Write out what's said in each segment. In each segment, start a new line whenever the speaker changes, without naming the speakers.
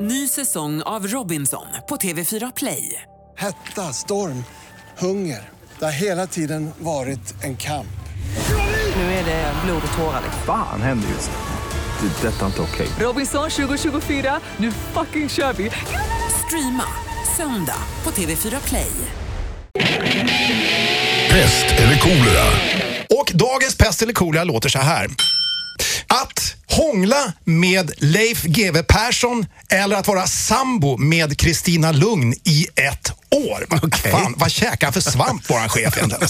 Ny säsong av Robinson på TV4 Play.
Hetta, storm, hunger. Det har hela tiden varit en kamp.
Nu är det blod och tårar.
Fan händer just nu. Det. är Detta är inte okej.
Robinson 2024, nu fucking kör vi! Streama söndag på TV4 Play.
Pest eller kolera?
Och dagens pest eller kolera låter så här. Att hångla med Leif GW Persson eller att vara sambo med Kristina Lugn i ett år. Va- Fan, vad käkar han för svamp, våran chef egentligen?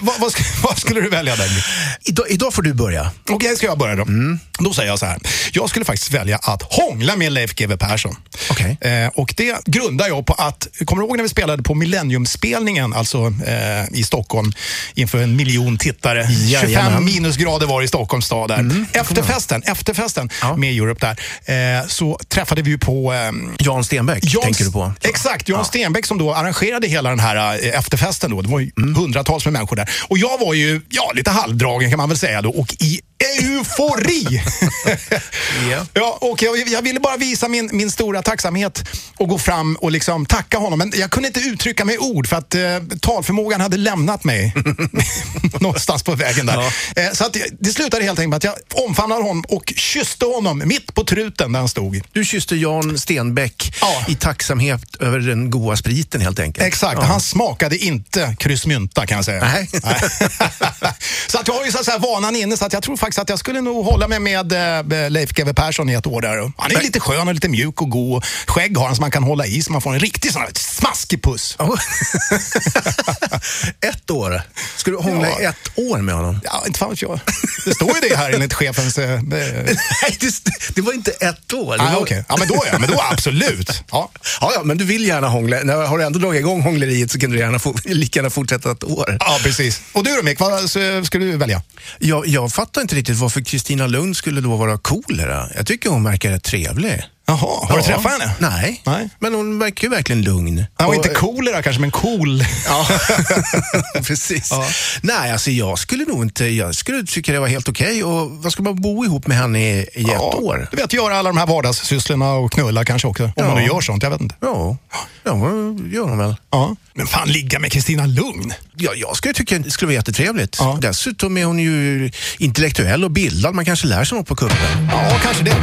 vad, vad, sk- vad skulle du välja där?
Idag, idag får du börja.
Okej, ska jag börja då?
Mm.
Då säger jag så här. Jag skulle faktiskt välja att hångla med Leif GW Persson.
Okej.
Eh, och det grundar jag på att, kommer du ihåg när vi spelade på Millenniumspelningen, alltså eh, i Stockholm, inför en miljon tittare?
Jajamän. Mm.
25 minusgrader var det i Stockholms stad där. efterfesten, efterfesten
Ja.
med Europe där, eh, så träffade vi ju på ehm,
Jan Stenbeck
Jan-
tänker du på.
Exakt, Jan Stenbeck som då arrangerade hela den här eh, efterfesten. Då. Det var ju
Mm.
hundratals med människor där. Och jag var ju ja, lite halvdragen kan man väl säga då och i eufori.
Ja.
ja, och jag, jag ville bara visa min, min stora tacksamhet och gå fram och liksom tacka honom. Men jag kunde inte uttrycka mig i ord för att eh, talförmågan hade lämnat mig någonstans på vägen där. Eh, så att, jag- det slutade helt enkelt med att jag omfamnade honom och kysste honom mitt på truten där han stod.
Du kysste Jan Stenbeck
Ja.
i tacksamhet över den goda spriten helt enkelt.
Exakt, han smakade inte kryssmynta kan jag säga.
Nej.
så att jag har ju så att säga vanan inne så att jag tror faktiskt att jag skulle nog hålla mig med eh, Leif GW Persson i ett år där. Han är ju lite skön och lite mjuk och god. och Skägg har han som man kan hålla i så man får en riktig sån här smaskig puss.
Oh. ett år. Ska du hångla i
Ja.
ett år med honom?
Ja, inte fan vet jag. Det står ju det här enligt chefens... eh, eh,
Nej, det, det var inte ett år. Det
Nej,
var-
Ah, okej. Ja, men då ja. Men då absolut. Ja.
Ja, ja, men du vill gärna hångla. När, har du ändå dragit igång hångleriet så kan du gärna få, lika gärna fortsätta ett år.
ja, precis. Och du då Mick, vad eh, skulle du välja?
Jag, jag fattar inte riktigt varför Kristina Lund skulle då vara kolera. Jag tycker hon verkar rätt trevlig.
Jaha, har du träffat henne?
Nej,
Nej.
men hon verkar ju verkligen lugn.
Han var
Och- eh,
inte kolera kanske, men cool.
Ja, precis. Nej, alltså jag skulle nog inte, jag skulle tycka det var helt okej. Och vad ska man bo ihop med henne i, i ett år?
Du vet, göra alla de här vardagssysslorna och knulla kanske också. Om man nu gör sånt, jag vet inte.
Ja, ja gör hon väl.
Ja. Men fan, ligga med Kristina Lugn.
Ja, jag skulle tycka det skulle vara jättetrevligt.
Ja.
Dessutom är hon ju intellektuell och bildad. Man kanske lär sig något på kuppen.
Ja, kanske det.